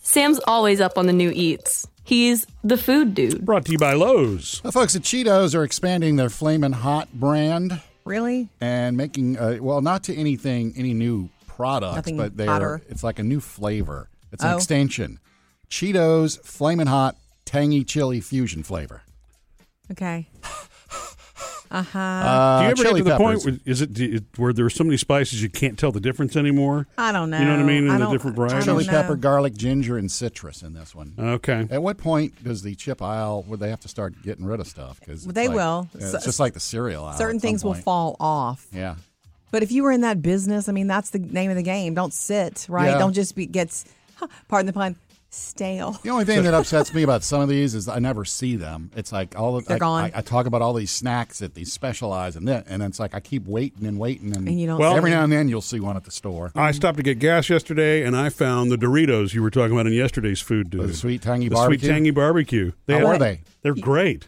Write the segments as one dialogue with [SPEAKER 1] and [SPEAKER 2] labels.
[SPEAKER 1] Sam's always up on the new eats. He's the food dude.
[SPEAKER 2] Brought to you by Lowe's.
[SPEAKER 3] Well, folks at Cheetos are expanding their Flamin' Hot brand
[SPEAKER 4] Really?
[SPEAKER 3] and making, uh, well, not to anything, any new product,
[SPEAKER 4] Nothing
[SPEAKER 3] but they're,
[SPEAKER 4] hotter.
[SPEAKER 3] it's like a new flavor. It's an
[SPEAKER 4] Oh.
[SPEAKER 3] extension. Cheetos Flamin' Hot Tangy Chili Fusion flavor.
[SPEAKER 4] Okay. Uh huh.
[SPEAKER 3] Uh,
[SPEAKER 2] Do you ever get
[SPEAKER 3] chili
[SPEAKER 2] to the
[SPEAKER 3] peppers.
[SPEAKER 2] point where, is it, do you- where there are so many spices you can't tell the difference anymore?
[SPEAKER 4] I don't know.
[SPEAKER 2] You know what I mean? In
[SPEAKER 4] I
[SPEAKER 2] the
[SPEAKER 4] don't-
[SPEAKER 2] different
[SPEAKER 4] I don't
[SPEAKER 2] varieties.
[SPEAKER 3] chili
[SPEAKER 4] know. Uh.
[SPEAKER 3] pepper, garlic, ginger, and citrus in this one.
[SPEAKER 2] Okay.
[SPEAKER 3] At what point does the chip aisle where they have to start getting rid of stuff? Because
[SPEAKER 4] They will.
[SPEAKER 3] It's just like the cereal aisle.
[SPEAKER 4] Certain
[SPEAKER 3] at some
[SPEAKER 4] things will
[SPEAKER 3] point.
[SPEAKER 4] fall off.
[SPEAKER 3] Yeah.
[SPEAKER 4] But if you were in that business, I mean, that's the name of the game. Don't sit, right?
[SPEAKER 3] Yeah.
[SPEAKER 4] Don't just be gets. Pardon the pun. Stale.
[SPEAKER 3] The only thing that upsets me about some of these is I never see them. It's like all of
[SPEAKER 4] They're
[SPEAKER 3] I,
[SPEAKER 4] gone.
[SPEAKER 3] I, I talk about all these snacks that these specialize and then and it's like I keep waiting and waiting and,
[SPEAKER 4] And you don't
[SPEAKER 2] Well-
[SPEAKER 3] every now and then you'll see one at the store.
[SPEAKER 2] I stopped to get gas yesterday, and I found the Doritos you were talking about in yesterday's food. Dude.
[SPEAKER 3] the sweet tangy
[SPEAKER 2] the
[SPEAKER 3] barbecue?
[SPEAKER 2] sweet tangy barbecue.
[SPEAKER 3] How
[SPEAKER 2] had-
[SPEAKER 3] are they?
[SPEAKER 2] They're great.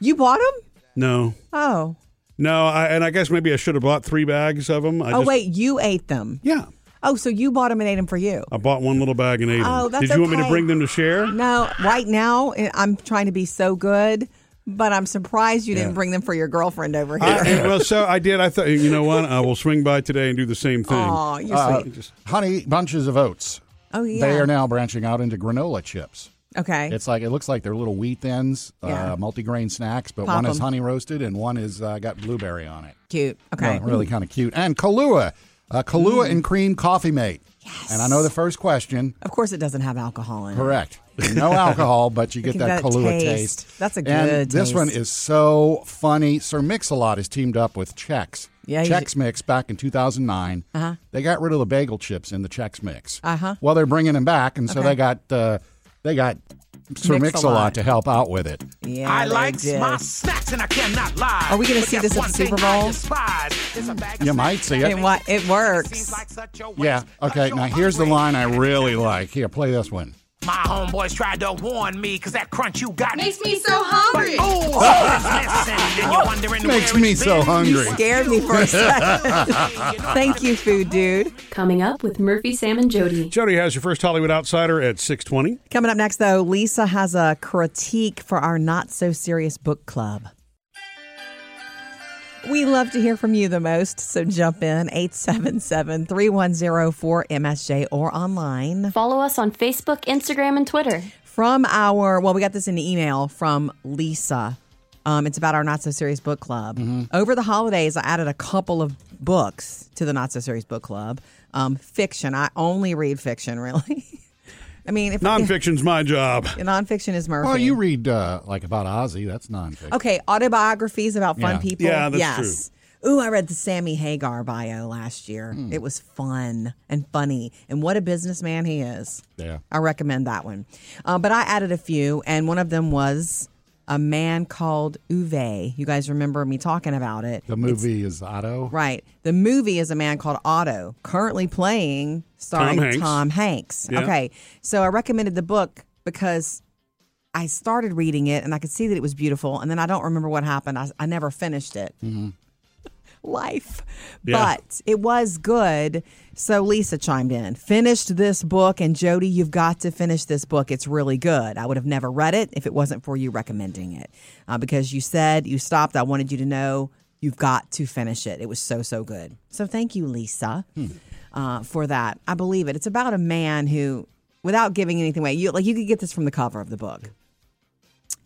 [SPEAKER 4] You bought them?
[SPEAKER 2] No,
[SPEAKER 4] Oh.
[SPEAKER 2] no, I, and I guess maybe I should have bought three bags of them. I
[SPEAKER 4] oh
[SPEAKER 2] just,
[SPEAKER 4] wait, you ate them.
[SPEAKER 2] yeah,
[SPEAKER 4] Oh, so you bought them and ate them for you?
[SPEAKER 2] I bought one little bag and ate
[SPEAKER 4] Oh,
[SPEAKER 2] them.
[SPEAKER 4] that's
[SPEAKER 2] Did you want me to
[SPEAKER 4] okay.
[SPEAKER 2] bring them to share?
[SPEAKER 4] No, right now eh, I'm trying to be so good, but I'm surprised you didn't bring them for your girlfriend over here.
[SPEAKER 2] I- and- well, so I did. I thought, you know what? I will swing by today and do the same thing.
[SPEAKER 4] Aw, you're sweet.
[SPEAKER 3] Honey bunches of oats.
[SPEAKER 4] Oh yeah.
[SPEAKER 3] Uh, They are now branching out into granola chips.
[SPEAKER 4] okay.
[SPEAKER 3] It's like it looks like they're little wheat thins,
[SPEAKER 4] Yeah.
[SPEAKER 3] uh, multigrain snacks, but
[SPEAKER 4] Pop
[SPEAKER 3] one is
[SPEAKER 4] 'em.
[SPEAKER 3] honey roasted and one is uh, got blueberry on it.
[SPEAKER 4] Cute. Okay. Mm.
[SPEAKER 3] Well, really kind of cute. And Kahlua, uh, Kahlua and cream coffee mate. Yes. And I know the first question,
[SPEAKER 4] Of course, it doesn't have alcohol in it.
[SPEAKER 3] correct. No alcohol, but you get
[SPEAKER 4] can
[SPEAKER 3] that
[SPEAKER 4] get
[SPEAKER 3] Kahlua
[SPEAKER 4] taste.
[SPEAKER 3] taste.
[SPEAKER 4] That's a
[SPEAKER 3] And
[SPEAKER 4] good
[SPEAKER 3] this one
[SPEAKER 4] taste.
[SPEAKER 3] is so funny. Sir Mix-a-Lot is teamed up with Chex.
[SPEAKER 4] Yeah, you-
[SPEAKER 3] Chex Mix back in 2009. Uh-huh. They got rid of the bagel chips in the Chex Mix.
[SPEAKER 4] Uh-huh.
[SPEAKER 3] Well, they're bringing them back, and so
[SPEAKER 4] Okay.
[SPEAKER 3] they got uh, they got Sir
[SPEAKER 4] Mix-a-Lot.
[SPEAKER 3] Mix-a-Lot to help out with it.
[SPEAKER 4] Yeah.
[SPEAKER 5] I
[SPEAKER 4] they
[SPEAKER 5] like
[SPEAKER 4] did.
[SPEAKER 5] my snacks and I cannot lie.
[SPEAKER 4] Are we gonna see this at the Super Bowl?
[SPEAKER 3] You might see
[SPEAKER 4] It, wa- it works.
[SPEAKER 3] Yeah. Okay. Now here's the line I really like. Here, play this one.
[SPEAKER 5] My homeboys tried to warn me because that crunch you got
[SPEAKER 6] Makes me so hungry.
[SPEAKER 5] Oh, listen, then you're wondering
[SPEAKER 3] Makes
[SPEAKER 5] where
[SPEAKER 3] me
[SPEAKER 5] it's
[SPEAKER 3] so
[SPEAKER 5] been.
[SPEAKER 3] hungry.
[SPEAKER 4] Scared me for a second. Thank you, food dude.
[SPEAKER 1] Coming up with Murphy, Sam, and Jody.
[SPEAKER 2] Jody has your first Hollywood Outsider at six twenty.
[SPEAKER 4] Coming up next, though, Lisa has a critique for our not so serious book club. We love to hear from you the most, so jump in 877 310 4MSJ or online.
[SPEAKER 1] Follow us on Facebook, Instagram, and Twitter.
[SPEAKER 4] From our, well, we got this in the email from Lisa. Um, it's about our Not So Serious Book Club. Over the holidays, I added a couple of books to the Not So Serious Book Club. Um, fiction. I only read fiction, really. I mean, if
[SPEAKER 2] Nonfiction's my job.
[SPEAKER 4] nonfiction is Murphy.
[SPEAKER 3] Well, you read uh, like about Ozzy. That's nonfiction.
[SPEAKER 4] Okay, autobiographies about fun
[SPEAKER 3] Yeah.
[SPEAKER 4] people.
[SPEAKER 2] Yeah, that's
[SPEAKER 4] yes. Ooh, I read the Sammy Hagar bio last year.
[SPEAKER 3] Hmm.
[SPEAKER 4] It was fun and funny, and what a businessman he is.
[SPEAKER 3] Yeah.
[SPEAKER 4] I recommend that one. Uh, but I added a few, and one of them was a man called Uwe. You guys remember me talking about it?
[SPEAKER 3] The movie is Otto.
[SPEAKER 4] Right. The movie is a man called Otto, currently playing starring
[SPEAKER 2] Tom Hanks.
[SPEAKER 4] Hanks.
[SPEAKER 2] Yeah.
[SPEAKER 4] Okay. So I recommended the book because I started reading it and I could see that it was beautiful. And then I don't remember what happened. I, I never finished it. Life.
[SPEAKER 2] Yeah.
[SPEAKER 4] But it was good. So Lisa chimed in, finished this book. And Jody, you've got to finish this book. It's really good. I would have never read it if it wasn't for you recommending it uh, because you said you stopped. I wanted you to know you've got to finish it. It was so, so good. So thank you, Lisa, uh, for that. I believe it. It's about a man who, without giving anything away, you like you could get this from the cover of the book.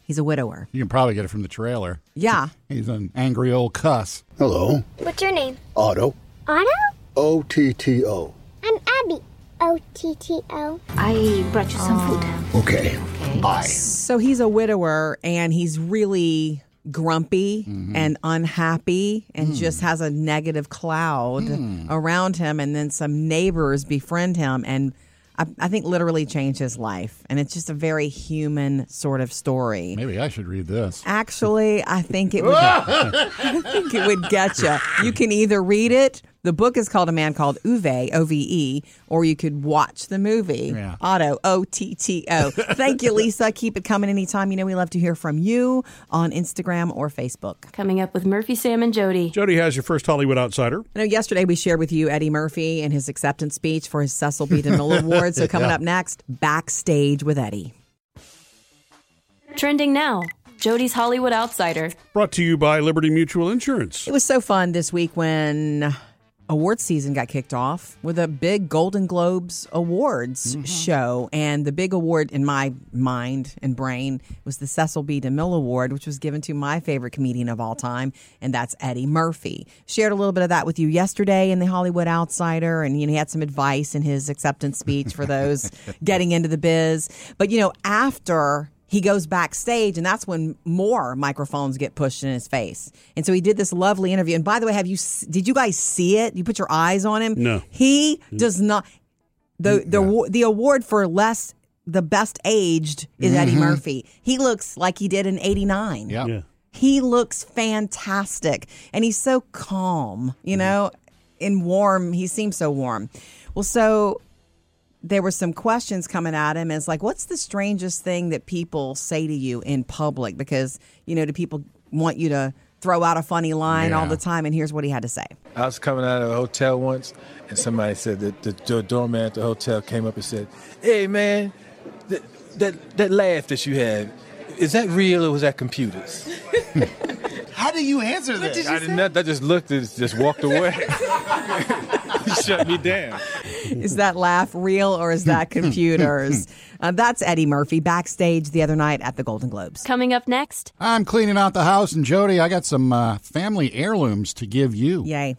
[SPEAKER 4] He's a widower.
[SPEAKER 3] You can probably get it from the trailer.
[SPEAKER 4] Yeah.
[SPEAKER 3] He's an angry old cuss.
[SPEAKER 7] Hello,
[SPEAKER 8] What's your name?
[SPEAKER 7] Otto.
[SPEAKER 8] Otto?
[SPEAKER 7] O T T O.
[SPEAKER 8] I'm Abby. O T T O. I brought you some food.
[SPEAKER 7] Okay. Bye.
[SPEAKER 4] So he's a widower and he's really grumpy and unhappy and just has a negative cloud around him. And then some neighbors befriend him and I, I think literally change his life. And it's just a very human sort of story.
[SPEAKER 3] Maybe I should read this.
[SPEAKER 4] Actually, I think it would. I think it would get you. You can either read it The book is called A Man Called Uve, O V E, or you could watch the movie
[SPEAKER 3] Yeah.
[SPEAKER 4] Otto, O T T O. Thank you, Lisa. Keep it coming anytime. You know, we love to hear from you on Instagram or Facebook.
[SPEAKER 1] Coming up with Murphy, Sam, and Jody.
[SPEAKER 2] Jody has your first Hollywood outsider.
[SPEAKER 4] I know yesterday we shared with you Eddie Murphy and his acceptance speech for his Cecil B. DeMille Award. So coming up next, backstage with Eddie.
[SPEAKER 1] Trending now. Jody's Hollywood Outsider.
[SPEAKER 2] Brought to you by Liberty Mutual Insurance.
[SPEAKER 4] It was so fun this week when award season got kicked off with a big Golden Globes awards show. And the big award in my mind and brain was the Cecil B. DeMille Award, which was given to my favorite comedian of all time, and that's Eddie Murphy. Shared a little bit of that with you yesterday in the Hollywood Outsider, and you know, he had some advice in his acceptance speech for those getting into the biz. But you know, after he goes backstage and that's when more microphones get pushed in his face and so he did this lovely interview and by the way have you s- did you guys see it you put your eyes on him
[SPEAKER 2] No.
[SPEAKER 4] he does not the the wa- the award for less the best aged is eddie murphy he looks like he did in 89
[SPEAKER 3] Yeah.
[SPEAKER 2] Yeah.
[SPEAKER 4] he looks fantastic and he's so calm,
[SPEAKER 3] Mm-hmm.
[SPEAKER 4] you know, and warm. He seems so warm. Well, so there were some questions coming at him. It's like, what's the strangest thing that people say to you in public? Because, you know, do people want you to throw out a funny line all
[SPEAKER 3] Yeah.
[SPEAKER 4] the time? And here's what he had to say.
[SPEAKER 6] I was coming out of a hotel once, and somebody said that the, the doorman at the hotel came up and said, "Hey, man, that that, that laugh that you have." Is that real or was that computers?
[SPEAKER 9] How do you answer that?
[SPEAKER 6] I did not. I just looked and just walked away. He Shut me down.
[SPEAKER 4] is that laugh real or is that computers? uh, that's Eddie Murphy backstage the other night at the Golden Globes.
[SPEAKER 1] Coming up next.
[SPEAKER 3] I'm cleaning out the house, and Jody, I got some uh, family heirlooms to give you.
[SPEAKER 4] Yay.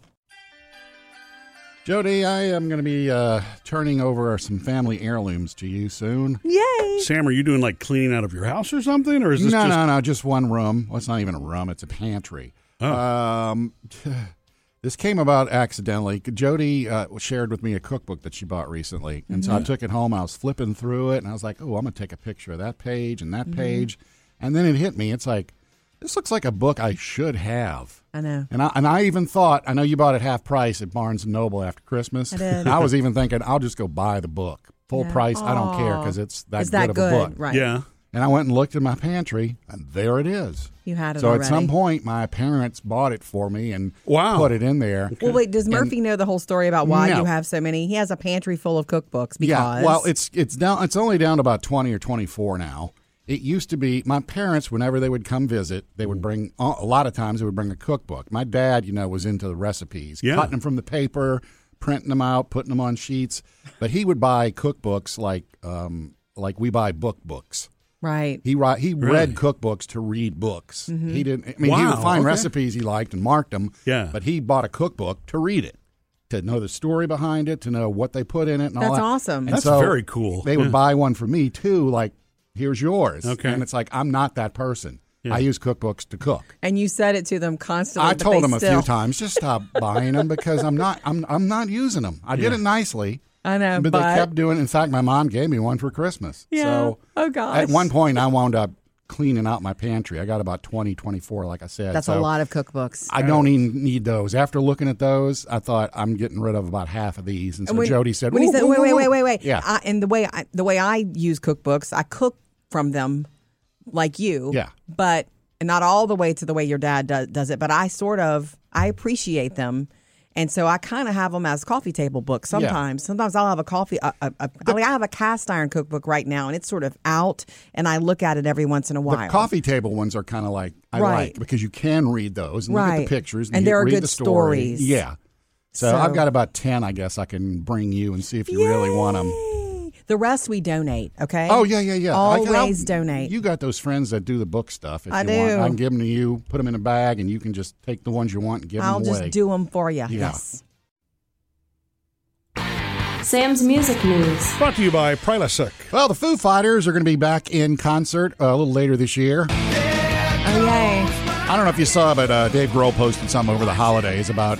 [SPEAKER 3] Jody, I am going to be uh, turning over some family heirlooms to you soon.
[SPEAKER 4] Yay.
[SPEAKER 2] Sam, are you doing like cleaning out of your house or something? Or is this
[SPEAKER 3] no,
[SPEAKER 2] just
[SPEAKER 3] no, no, just one room. Well, it's not even a room; it's a pantry.
[SPEAKER 4] Oh.
[SPEAKER 3] Um, this came about accidentally. Jody uh, shared with me a cookbook that she bought recently, and so I
[SPEAKER 4] Mm-hmm.
[SPEAKER 3] took it home. I was flipping through it, and I was like, "Oh, I'm gonna take a picture of that page and
[SPEAKER 4] Mm-hmm.
[SPEAKER 3] that page," and then it hit me. It's like this looks like a book I should have.
[SPEAKER 4] I know.
[SPEAKER 3] And I, and I even thought I know you bought it half price at Barnes and Noble after Christmas.
[SPEAKER 4] I did.
[SPEAKER 3] was even thinking I'll just go buy the book full price. I don't care because it's that
[SPEAKER 4] Is
[SPEAKER 3] good
[SPEAKER 4] that
[SPEAKER 3] of
[SPEAKER 4] good?
[SPEAKER 3] a book.
[SPEAKER 4] Right.
[SPEAKER 2] Yeah.
[SPEAKER 3] And I went and looked in my pantry, and there it is.
[SPEAKER 4] You had it
[SPEAKER 3] So at some
[SPEAKER 4] already.
[SPEAKER 3] point, my parents bought it for me and
[SPEAKER 2] Wow.
[SPEAKER 3] put it in there.
[SPEAKER 4] Well, wait. Does Murphy know the whole story about why
[SPEAKER 3] No.
[SPEAKER 4] you have so many? He has a pantry full of cookbooks because
[SPEAKER 3] Yeah. Well, it's it's down. It's only down to about twenty or twenty four now. It used to be my parents. Whenever they would come visit, they
[SPEAKER 2] Mm.
[SPEAKER 3] would bring a lot of times they would bring a cookbook. My dad, you know, was into the recipes,
[SPEAKER 2] Yeah.
[SPEAKER 3] cutting them from the paper, printing them out, putting them on sheets. But he would buy cookbooks like um, like we buy book books.
[SPEAKER 4] right.
[SPEAKER 3] He write, he read cookbooks to read books.
[SPEAKER 4] Mm-hmm.
[SPEAKER 3] He didn't. I mean, he would
[SPEAKER 2] Wow,
[SPEAKER 3] find
[SPEAKER 2] okay.
[SPEAKER 3] recipes he liked and marked them.
[SPEAKER 2] Yeah.
[SPEAKER 3] but he bought a cookbook to read it, to know the story behind it, to know what they put in it. And all
[SPEAKER 4] That's
[SPEAKER 3] that.
[SPEAKER 4] awesome.
[SPEAKER 3] And
[SPEAKER 2] That's
[SPEAKER 3] so
[SPEAKER 2] very cool.
[SPEAKER 3] They would
[SPEAKER 2] Yeah.
[SPEAKER 3] buy one for me too. Like, here's yours.
[SPEAKER 2] Okay.
[SPEAKER 3] and it's like I'm not that person. I use cookbooks to cook.
[SPEAKER 4] And you said it to them constantly.
[SPEAKER 3] I
[SPEAKER 4] but
[SPEAKER 3] told
[SPEAKER 4] they
[SPEAKER 3] him a
[SPEAKER 4] still-
[SPEAKER 3] few times just stop buying them because I'm not I'm I'm not using them. I did it nicely.
[SPEAKER 4] I know,
[SPEAKER 3] but,
[SPEAKER 4] but-
[SPEAKER 3] they kept doing. In fact, my mom gave me one for Christmas.
[SPEAKER 4] Yeah.
[SPEAKER 3] So
[SPEAKER 4] Oh, gosh.
[SPEAKER 3] At one point, I wound up cleaning out my pantry. I got about 20, 24, like I said.
[SPEAKER 4] That's a
[SPEAKER 3] So
[SPEAKER 4] lot of cookbooks.
[SPEAKER 3] I don't even need those. After looking at those, I thought I'm getting rid of about half of these. And so
[SPEAKER 4] And when-
[SPEAKER 3] Jody said,
[SPEAKER 4] when he
[SPEAKER 3] "Ooh,
[SPEAKER 4] said,
[SPEAKER 3] ooh,
[SPEAKER 4] "Wait,
[SPEAKER 3] ooh,
[SPEAKER 4] wait,
[SPEAKER 3] ooh."
[SPEAKER 4] wait, wait, wait,"
[SPEAKER 3] Yeah.
[SPEAKER 4] I, and the way I, the way I use cookbooks, I cook from them, like you.
[SPEAKER 3] Yeah.
[SPEAKER 4] But not all the way to the way your dad do, does it. But I sort of I appreciate them. And so I kind of have them as coffee table books sometimes. Sometimes I'll have a coffee. A, a, a, I, mean, I have a cast iron cookbook right now, and it's sort of out, and I look at it every once in a
[SPEAKER 3] the
[SPEAKER 4] while.
[SPEAKER 3] coffee table ones are kind of like I
[SPEAKER 4] Right.
[SPEAKER 3] like because you can read those and look at
[SPEAKER 4] Right.
[SPEAKER 3] the pictures and,
[SPEAKER 4] And
[SPEAKER 3] you
[SPEAKER 4] there are
[SPEAKER 3] read
[SPEAKER 4] good
[SPEAKER 3] the story.
[SPEAKER 4] stories.
[SPEAKER 3] Yeah. So,
[SPEAKER 4] So-
[SPEAKER 3] I've got about ten, I guess I can bring you and see if you really want them.
[SPEAKER 4] Yay. The rest we donate, okay?
[SPEAKER 3] Oh yeah, yeah, yeah. I
[SPEAKER 4] Always
[SPEAKER 3] can- I'll-
[SPEAKER 4] donate.
[SPEAKER 3] You got those friends that do the book stuff. If
[SPEAKER 4] I
[SPEAKER 3] you want,
[SPEAKER 4] do.
[SPEAKER 3] I can give them to you. Put them in a bag, and you can just take the ones you want and give
[SPEAKER 4] I'll
[SPEAKER 3] them away.
[SPEAKER 4] just do them for you. Yes.
[SPEAKER 1] Sam's Music News.
[SPEAKER 2] Brought to you by Prilosec.
[SPEAKER 3] Well, the Foo Fighters are going to be back in concert uh, a little later this year.
[SPEAKER 4] Oh yay!
[SPEAKER 3] I don't know if you saw, but uh, Dave Grohl posted something over the holidays about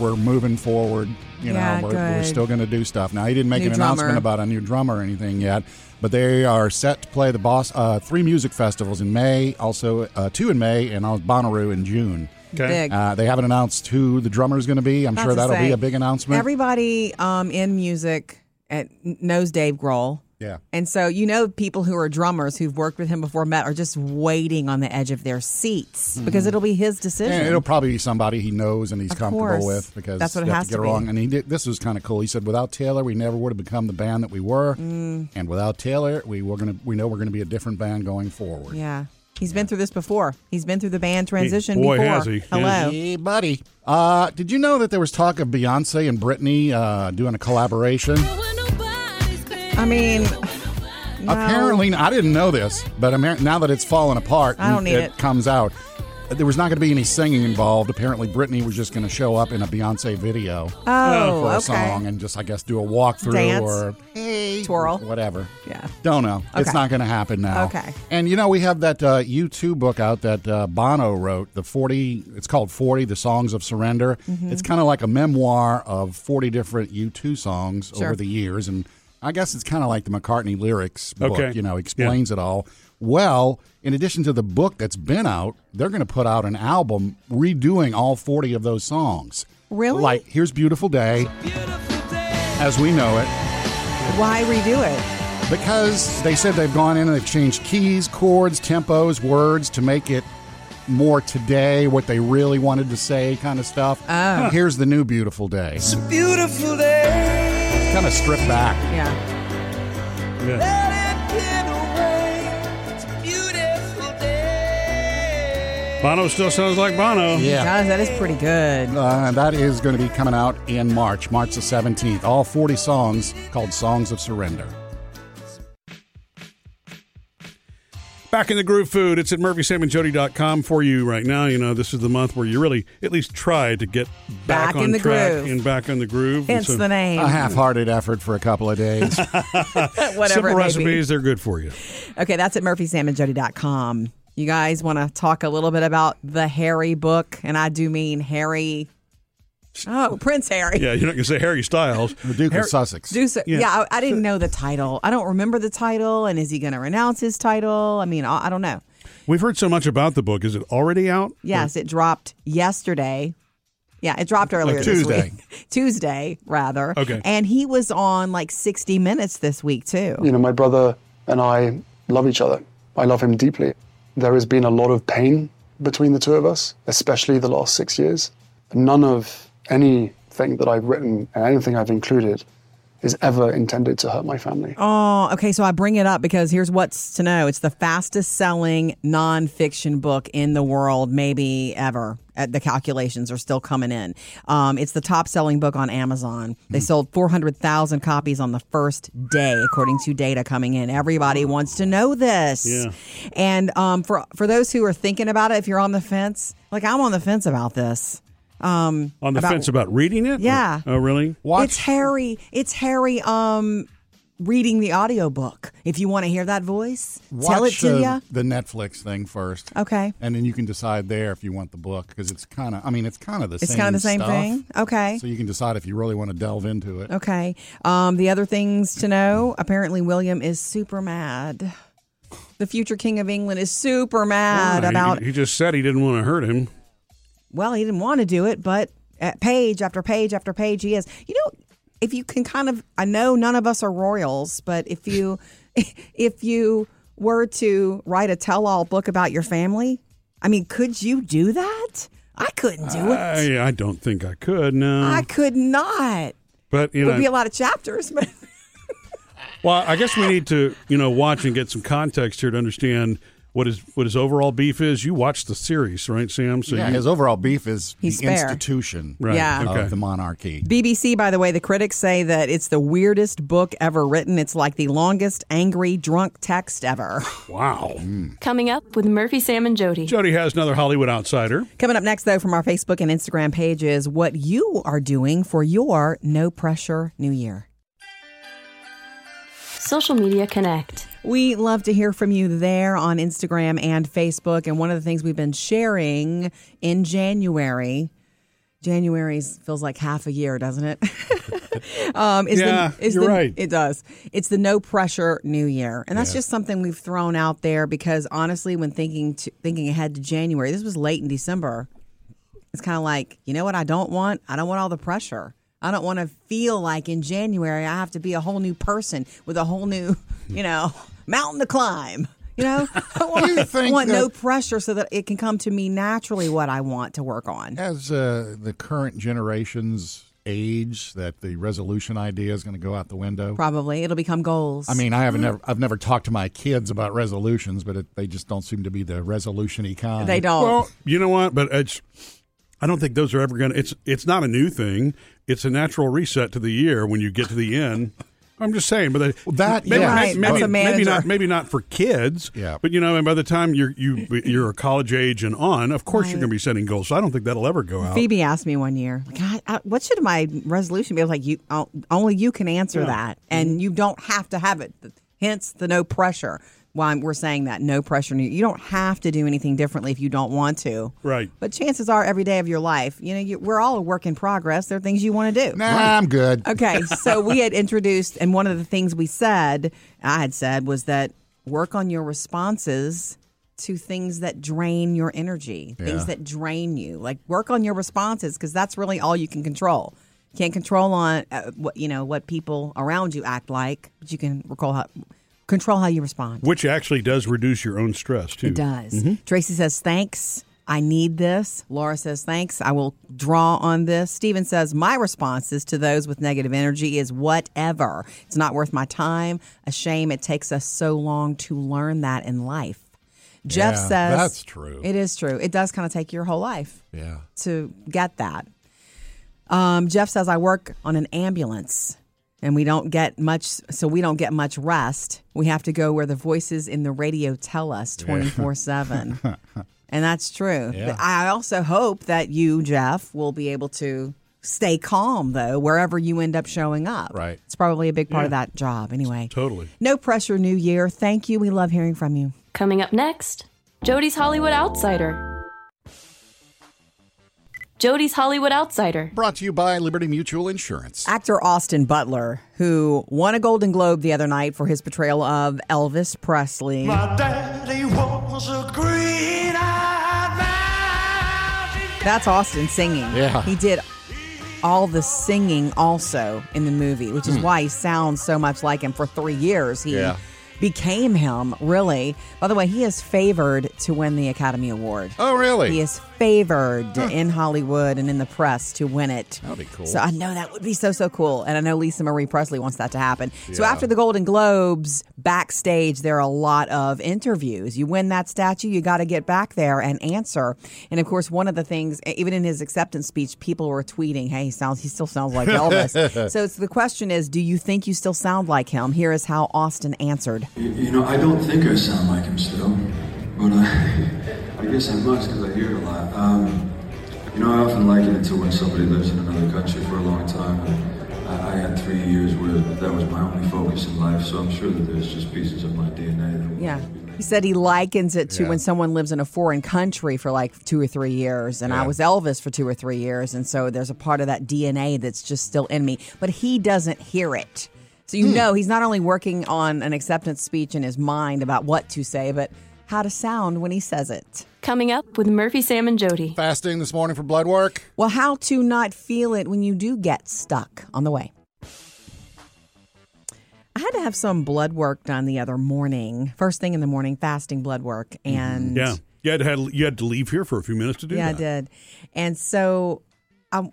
[SPEAKER 3] we're moving forward. You
[SPEAKER 4] Yeah,
[SPEAKER 3] know, we're, we're
[SPEAKER 4] good.
[SPEAKER 3] still going to do stuff. Now he didn't make
[SPEAKER 4] New
[SPEAKER 3] an
[SPEAKER 4] drummer.
[SPEAKER 3] announcement about a new drummer or anything yet, but they are set to play the Boss uh, three music festivals in May, also uh, two in May, and uh, Bonnaroo in June.
[SPEAKER 2] Okay.
[SPEAKER 4] Big.
[SPEAKER 3] Uh, they haven't announced who the drummer is going to be. I'm
[SPEAKER 4] Not
[SPEAKER 3] sure
[SPEAKER 4] to
[SPEAKER 3] that'll
[SPEAKER 4] say.
[SPEAKER 3] be a big announcement.
[SPEAKER 4] Everybody um, in music at, knows Dave Grohl.
[SPEAKER 3] yeah.
[SPEAKER 4] And so you know people who are drummers who've worked with him before Matt are just waiting on the edge of their seats because it'll be his decision.
[SPEAKER 3] And Mm-hmm. it'll probably be somebody he knows and he's
[SPEAKER 4] Of
[SPEAKER 3] comfortable
[SPEAKER 4] course.
[SPEAKER 3] with because
[SPEAKER 4] That's what it
[SPEAKER 3] you have
[SPEAKER 4] has
[SPEAKER 3] to get
[SPEAKER 4] to be.
[SPEAKER 3] along. And he did. This was kind of cool. He said, "Without Taylor, we never would have become the band that we were,
[SPEAKER 4] Mm.
[SPEAKER 3] and without Taylor, we were gonna. We know we're gonna be a different band going forward."
[SPEAKER 4] yeah. he's been through this before. He's been through the band transition
[SPEAKER 2] boy,
[SPEAKER 4] before.
[SPEAKER 2] has he.
[SPEAKER 4] Hello.
[SPEAKER 3] Hey, buddy. Uh, did you know that there was talk of Beyonce and Britney uh, doing a collaboration?
[SPEAKER 4] I mean, no.
[SPEAKER 3] Apparently, I didn't know this, but amer- now that it's fallen apart,
[SPEAKER 4] I don't
[SPEAKER 3] and
[SPEAKER 4] need it.
[SPEAKER 3] comes out. There was not going to be any singing involved. Apparently, Britney was just going to show up in a Beyonce video
[SPEAKER 4] Oh,
[SPEAKER 3] for a
[SPEAKER 4] okay.
[SPEAKER 3] song and just, I guess, do a walkthrough
[SPEAKER 4] Dance.
[SPEAKER 3] or hey,
[SPEAKER 4] Twirl.
[SPEAKER 3] whatever.
[SPEAKER 4] Yeah.
[SPEAKER 3] Don't know. It's
[SPEAKER 4] Okay.
[SPEAKER 3] not going to happen now.
[SPEAKER 4] Okay.
[SPEAKER 3] And you know, we have that uh, U2 book out that uh, Bono wrote, the 40, it's called 40, The Songs of Surrender.
[SPEAKER 4] Mm-hmm.
[SPEAKER 3] It's kind of like a memoir of 40 different U2 songs over the years. And I guess it's kind of like the McCartney lyrics book,
[SPEAKER 2] Okay.
[SPEAKER 3] you know, explains it all. Well, in addition to the book that's been out, they're going to put out an album redoing all 40 of those songs.
[SPEAKER 4] Really?
[SPEAKER 3] Like, here's Beautiful Day, as we know it.
[SPEAKER 4] Why redo it?
[SPEAKER 3] Because they said they've gone in and they've changed keys, chords, tempos, words to make it more today, what they really wanted to say, kind of stuff.
[SPEAKER 4] Oh.
[SPEAKER 3] Here's the new beautiful day. It's a beautiful day. Kind of stripped back.
[SPEAKER 4] Yeah.
[SPEAKER 2] Yeah. Bono still sounds like Bono.
[SPEAKER 3] Yeah.
[SPEAKER 4] Guys, that is pretty good.
[SPEAKER 3] Uh, that is going to be coming out in March, March the 17th. All 40 songs called Songs of Surrender.
[SPEAKER 2] Back in the groove food. It's at murphysamandjody.com for you right now. You know, this is the month where you really at least try to get back,
[SPEAKER 4] Back
[SPEAKER 2] on
[SPEAKER 4] in the
[SPEAKER 2] track
[SPEAKER 4] groove.
[SPEAKER 2] and back on the groove. And
[SPEAKER 4] Hence
[SPEAKER 2] so
[SPEAKER 4] the name.
[SPEAKER 3] A half hearted effort for a couple of days.
[SPEAKER 4] Whatever
[SPEAKER 2] Simple
[SPEAKER 4] it may be.
[SPEAKER 2] recipes, they're good for you.
[SPEAKER 4] Okay, that's at murphysamandjody.com. You guys want to talk a little bit about the Harry book, and I do mean Harry. Oh, Prince Harry.
[SPEAKER 2] Yeah, you're not going to say Harry Styles.
[SPEAKER 3] the Duke of Sussex.
[SPEAKER 4] Do so- Yeah, I, I didn't know the title. I don't remember the title, and is he going to renounce his title? I mean, I, I don't know.
[SPEAKER 2] We've heard so much about the book. Is it already out?
[SPEAKER 4] Yes, it dropped yesterday. Yeah, it dropped earlier this
[SPEAKER 3] Tuesday.
[SPEAKER 4] week. Tuesday, rather.
[SPEAKER 2] Okay.
[SPEAKER 4] And he was on like 60 Minutes this week, too.
[SPEAKER 10] You know, my brother and I love each other. I love him deeply. There has been a lot of pain between the two of us, especially the last six years. None of anything that I've written and anything I've included is ever intended to hurt my family.
[SPEAKER 4] Oh, okay. So I bring it up because here's what's to know it's the fastest selling nonfiction book in the world, maybe ever. Uh, The calculations are still coming in. Um, it's the top selling book on Amazon. They
[SPEAKER 2] Hmm.
[SPEAKER 4] sold 400,000 copies on the first day, according to data coming in. Everybody wants to know this.
[SPEAKER 2] Yeah.
[SPEAKER 4] And um, for, for those who are thinking about it, if you're on the fence, like I'm on the fence about this. Um,
[SPEAKER 2] On the
[SPEAKER 4] About-
[SPEAKER 2] fence about reading it?
[SPEAKER 4] Yeah.
[SPEAKER 2] Oh, really?
[SPEAKER 4] it's Harry. It's Harry. Um, reading the audiobook. If you want to hear that voice, tell it
[SPEAKER 3] watch,
[SPEAKER 4] to
[SPEAKER 3] uh,
[SPEAKER 4] ya.
[SPEAKER 3] the Netflix thing first.
[SPEAKER 4] Okay,
[SPEAKER 3] and then you can decide there if you want the book because it's kind of i mean it's kind of the
[SPEAKER 4] it's
[SPEAKER 3] same
[SPEAKER 4] kind of the same
[SPEAKER 3] stuff.
[SPEAKER 4] thing. Okay. Oh,
[SPEAKER 3] so you can decide if you really want to delve into it
[SPEAKER 4] Okay. Um, the other things to know apparently, William is super mad. The future king of England is super mad
[SPEAKER 2] He-
[SPEAKER 4] about.
[SPEAKER 2] he, just said he didn't want to hurt him.
[SPEAKER 4] well, he didn't want to do it, but at page after page after page, he is. You know, if you can kind of, I know none of us are royals, but if you, if you were to write a tell-all book about your family, I mean, could you do that? I couldn't do it.
[SPEAKER 2] I, I don't think I could. No,
[SPEAKER 4] I could not.
[SPEAKER 2] but you
[SPEAKER 4] It would be a
[SPEAKER 2] know,
[SPEAKER 4] lot of chapters, but
[SPEAKER 2] well, I guess we need to you know watch and get some context here to understand what his what his overall beef is. You watched the series, right, Sam? So
[SPEAKER 3] yeah
[SPEAKER 2] you,
[SPEAKER 3] his overall beef is
[SPEAKER 4] He's
[SPEAKER 3] the
[SPEAKER 4] fair.
[SPEAKER 3] institution
[SPEAKER 2] right,
[SPEAKER 4] Yeah.
[SPEAKER 3] of
[SPEAKER 2] okay.
[SPEAKER 3] the monarchy
[SPEAKER 4] BBC, by the way, the critics say that it's the weirdest book ever written. It's like the longest angry drunk text ever.
[SPEAKER 2] Wow.
[SPEAKER 1] Coming up with Murphy, Sam, and Jody.
[SPEAKER 2] Jody has another Hollywood outsider.
[SPEAKER 4] Coming up next, though, from our Facebook and Instagram pages, what you are doing for your no pressure new year.
[SPEAKER 1] Social media connect.
[SPEAKER 4] We love to hear from you there on Instagram and Facebook. And one of the things we've been sharing in January, January is- feels like half a year, doesn't it? um, is
[SPEAKER 2] Yeah,
[SPEAKER 4] the, is
[SPEAKER 2] you're
[SPEAKER 4] the-
[SPEAKER 2] right.
[SPEAKER 4] It does. It's the no pressure new year. And that's just something we've thrown out there because honestly, when thinking to, thinking ahead to January, this was late in December. It's kind of like, you know what I don't want? I don't want all the pressure. I don't want to feel like in January I have to be a whole new person with a whole new, you know, mountain to climb. You know, I want,
[SPEAKER 3] You think
[SPEAKER 4] I want no
[SPEAKER 3] that-
[SPEAKER 4] pressure so that it can come to me naturally what I want to work on.
[SPEAKER 3] As uh, the current generation's age, that the resolution idea is going to go out the window.
[SPEAKER 4] Probably it'll become goals.
[SPEAKER 3] I mean, I haven't never, I've never talked to my kids about resolutions, but it, they just don't seem to be the resolution kind.
[SPEAKER 4] They don't.
[SPEAKER 2] Well, you know what? But it's I don't think those are ever going to. It's it's not a new thing. It's a natural reset to the year when you get to the end. I'm just saying, but they,
[SPEAKER 3] Well, that-
[SPEAKER 2] maybe,
[SPEAKER 3] yeah.
[SPEAKER 4] Right,
[SPEAKER 2] maybe,
[SPEAKER 4] that's a
[SPEAKER 2] maybe
[SPEAKER 4] manager.
[SPEAKER 2] not maybe not for kids.
[SPEAKER 3] Yeah.
[SPEAKER 2] But you know, and by the time you're you you're a college age and on, of course you're
[SPEAKER 4] Right.
[SPEAKER 2] going to be setting goals. So I don't think that'll ever go out.
[SPEAKER 4] Phoebe asked me one year, like, I, I, what should my resolution be? I was like, you oh, only you can answer that, and you don't have to have it. Hence the no pressure. Why I'm- we're saying that no pressure. You don't have to do anything differently if you don't want to.
[SPEAKER 2] Right.
[SPEAKER 4] But chances are, every day of your life, you know, you, we're all a work in progress. There are things you want to do.
[SPEAKER 3] Nah, I'm good.
[SPEAKER 4] Okay, so we had introduced, and one of the things we said, I had said, was that work on your responses to things that drain your energy,
[SPEAKER 3] Yeah.
[SPEAKER 4] things that drain you. Like work on your responses because that's really all you can control. Can't control on uh, what you know what people around you act like, but you can recall how, control how you respond.
[SPEAKER 2] Which actually does reduce your own stress too.
[SPEAKER 4] It does.
[SPEAKER 3] Mm-hmm.
[SPEAKER 4] Tracy says, thanks. I need this. Laura says, thanks. I will draw on this. Steven says, my responses to those with negative energy is whatever. It's not worth my time. A shame it takes us so long to learn that in life. Jeff
[SPEAKER 3] Yeah,
[SPEAKER 4] says,
[SPEAKER 3] that's true.
[SPEAKER 4] It is true. It does kind of take your whole life
[SPEAKER 3] Yeah.
[SPEAKER 4] to get that. Um, Jeff says I work on an ambulance, and we don't get much, so we don't get much rest. We have to go where the voices in the radio tell us twenty four seven, and that's true.
[SPEAKER 3] Yeah.
[SPEAKER 4] I also hope that you, Jeff, will be able to stay calm though wherever you end up showing up.
[SPEAKER 3] Right.
[SPEAKER 4] it's probably a big part of that job anyway.
[SPEAKER 2] Totally.
[SPEAKER 4] No pressure, New Year. Thank you. We love hearing from you.
[SPEAKER 1] Coming up next, Jody's Hollywood Outsider. Jody's Hollywood Outsider.
[SPEAKER 3] Brought to you by Liberty Mutual Insurance.
[SPEAKER 4] Actor Austin Butler, who won a Golden Globe the other night for his portrayal of Elvis Presley. That's Austin singing.
[SPEAKER 3] Yeah.
[SPEAKER 4] He did all the singing also in the movie, which is why he sounds so much like him. For three years, he
[SPEAKER 3] Hmm. Yeah.
[SPEAKER 4] became him, really. By the way, he is favored to win the Academy Award.
[SPEAKER 3] Oh, really?
[SPEAKER 4] He is favored in Hollywood and in the press to win it.
[SPEAKER 3] That'd be cool.
[SPEAKER 4] So I know that would be so, so cool. And I know Lisa Marie Presley wants that to happen. So after the Golden Globes, backstage, there are a lot of interviews. You win that statue, you got to get back there and answer. And of course, one of the things, e, even in his acceptance speech, people were tweeting, hey, he, sounds, he still sounds like Elvis. so it's, the question is, do you think you still sound like him? Here is how Austin answered.
[SPEAKER 11] You, you know, I don't think I sound like him still, but I, I guess I must because I hear it a lot. Um, you know, I often liken it to when somebody lives in another country for a long time. And I, I had three years where that was my only focus in life, so I'm sure that there's just pieces of my DNA that will
[SPEAKER 4] Yeah.
[SPEAKER 11] always be there.
[SPEAKER 4] He said he likens it to
[SPEAKER 3] Yeah.
[SPEAKER 4] when someone lives in a foreign country for like two or three years. And I was Elvis for two or three years. And so there's a part of that DNA that's just still in me, but he doesn't hear it. So you know, he's not only working on an acceptance speech in his mind about what to say, but how to sound when he says it.
[SPEAKER 1] Coming up with Murphy, Sam, and Jody.
[SPEAKER 3] Fasting this morning for blood work.
[SPEAKER 4] Well, how to not feel it when you do get stuck on the way. I had to have some blood work done the other morning, first thing in the morning, fasting blood work. And
[SPEAKER 2] Yeah. You had, had you had to leave here for a few minutes to do
[SPEAKER 4] yeah,
[SPEAKER 2] that.
[SPEAKER 4] I did. And so um,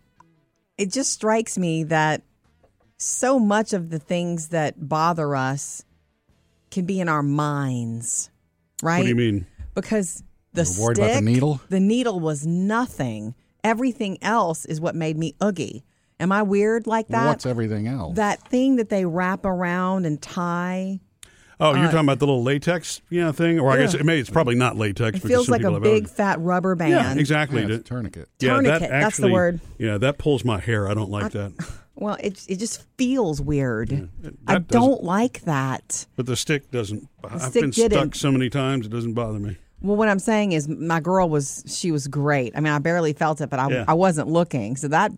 [SPEAKER 4] it just strikes me that so much of the things that bother us can be in our minds, right?
[SPEAKER 2] What do you mean?
[SPEAKER 4] Because the
[SPEAKER 3] You're worried about the
[SPEAKER 4] stick-
[SPEAKER 3] needle?
[SPEAKER 4] The needle was nothing. Everything else is what made me oogie. Am I weird like that?
[SPEAKER 3] What's everything else?
[SPEAKER 4] that thing that they wrap around and tie.
[SPEAKER 2] Oh,
[SPEAKER 4] uh,
[SPEAKER 2] you're talking about the little latex, you know, thing, or I guess it may, it's probably not latex.
[SPEAKER 4] It
[SPEAKER 2] because
[SPEAKER 4] feels
[SPEAKER 2] some
[SPEAKER 4] like
[SPEAKER 2] people
[SPEAKER 4] a
[SPEAKER 2] have
[SPEAKER 4] big
[SPEAKER 2] allergies.
[SPEAKER 4] fat rubber band.
[SPEAKER 2] Yeah, exactly.
[SPEAKER 3] Yeah, it's
[SPEAKER 2] That-
[SPEAKER 3] a tourniquet.
[SPEAKER 4] Tourniquet, that's the word.
[SPEAKER 2] Yeah, that pulls my hair. I don't like that.
[SPEAKER 4] Well, it it just feels weird. I
[SPEAKER 2] that doesn't-
[SPEAKER 4] don't like that.
[SPEAKER 2] But the stick doesn't. I've
[SPEAKER 4] stick
[SPEAKER 2] been
[SPEAKER 4] didn't.
[SPEAKER 2] stuck so many times, it doesn't bother me.
[SPEAKER 4] Well, what I'm saying is, my girl was she was great. I mean, I barely felt it, but I,
[SPEAKER 2] Yeah.
[SPEAKER 4] I wasn't looking. So that